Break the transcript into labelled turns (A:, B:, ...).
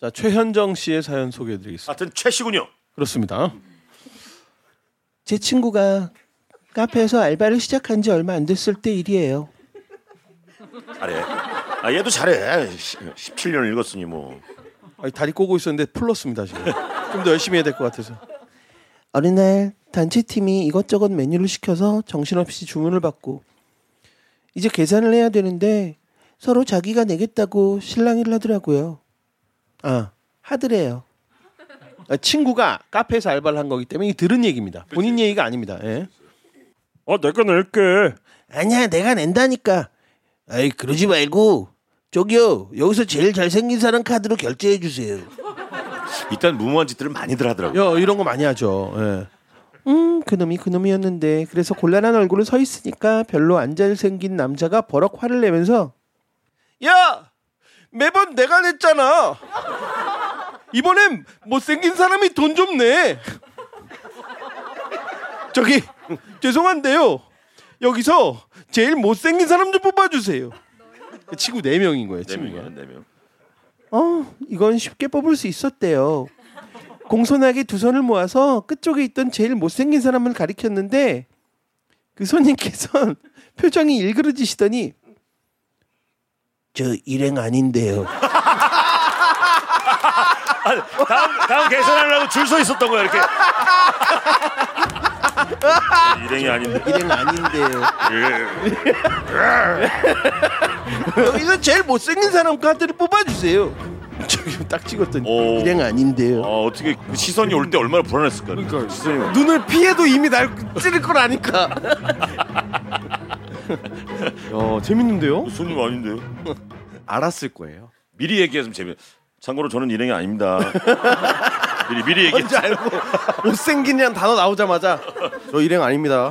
A: 자 최현정 씨의 사연 소개해드리겠습니다.
B: 하여튼 최씨군요.
A: 그렇습니다. 제 친구가 카페에서 알바를 시작한 지 얼마 안 됐을 때 일이에요.
B: 잘해. 아 얘도 잘해. 시- 17년 읽었으니 뭐.
A: 아니, 다리 꼬고 있었는데 풀렀습니다 지금. 좀 더 열심히 해야 될 것 같아서. 어느 날 단체 팀이 이것저것 메뉴를 시켜서 정신없이 주문을 받고 이제 계산을 해야 되는데 서로 자기가 내겠다고 실랑이를 하더라고요. 아 하더래요. 아, 친구가 카페에서 알바를 한 거기 때문에 이 들은 얘기입니다. 본인 얘기가 아닙니다. 예.
C: 아 내가 낼게.
A: 아니야 내가 낸다니까 아이 그러지 말고 저기요 여기서 제일 잘생긴 사람 카드로 결제해 주세요
B: 일단 무모한 짓들을 많이들 하더라고.
A: 어, 여 이런 거 많이 하죠 예. 음 그놈이 그놈이었는데 그래서 곤란한 얼굴로 서 있으니까 별로 안 잘생긴 남자가 버럭 화를 내면서 야 매번 내가 냈잖아 이번엔 못생긴 사람이 돈 좀내 저기 죄송한데요 여기서 제일 못생긴 사람 좀 뽑아주세요 그 친구 4명인 거예요
B: 네
A: 친구가
B: 명이야 네 명.
A: 어, 이건 쉽게 뽑을 수 있었대요. 공손하게 두 손을 모아서 끝쪽에 있던 제일 못생긴 사람을 가리켰는데 그 손님께선 표정이 일그러지시더니 저 일행 아닌데요.
B: 다음 다음 계산하려고 줄 서 있었던 거야 이렇게. 일행이 아닌데. 예.
A: 일행 아닌데요. 여기서 제일 못생긴 사람 카드를 뽑아주세요. 저기 딱 찍었더니
B: 오.
A: 일행 아닌데요.
B: 어 어떻게 그 시선이 올 때 얼마나 불안했을까. 그러니까 시선이 올-
A: 눈을 피해도 이미 날 찌를 걸 아니까.
D: 어, 재밌는데요?
B: 손님 아닌데요.
D: 알았을 거예요.
B: 미리 얘기했으면 재미. 참고로 저는 일행이 아닙니다. 미리 미리 얘기해.
D: 뭔지 알고 못생긴이란 단어 나오자마자 저 일행 아닙니다.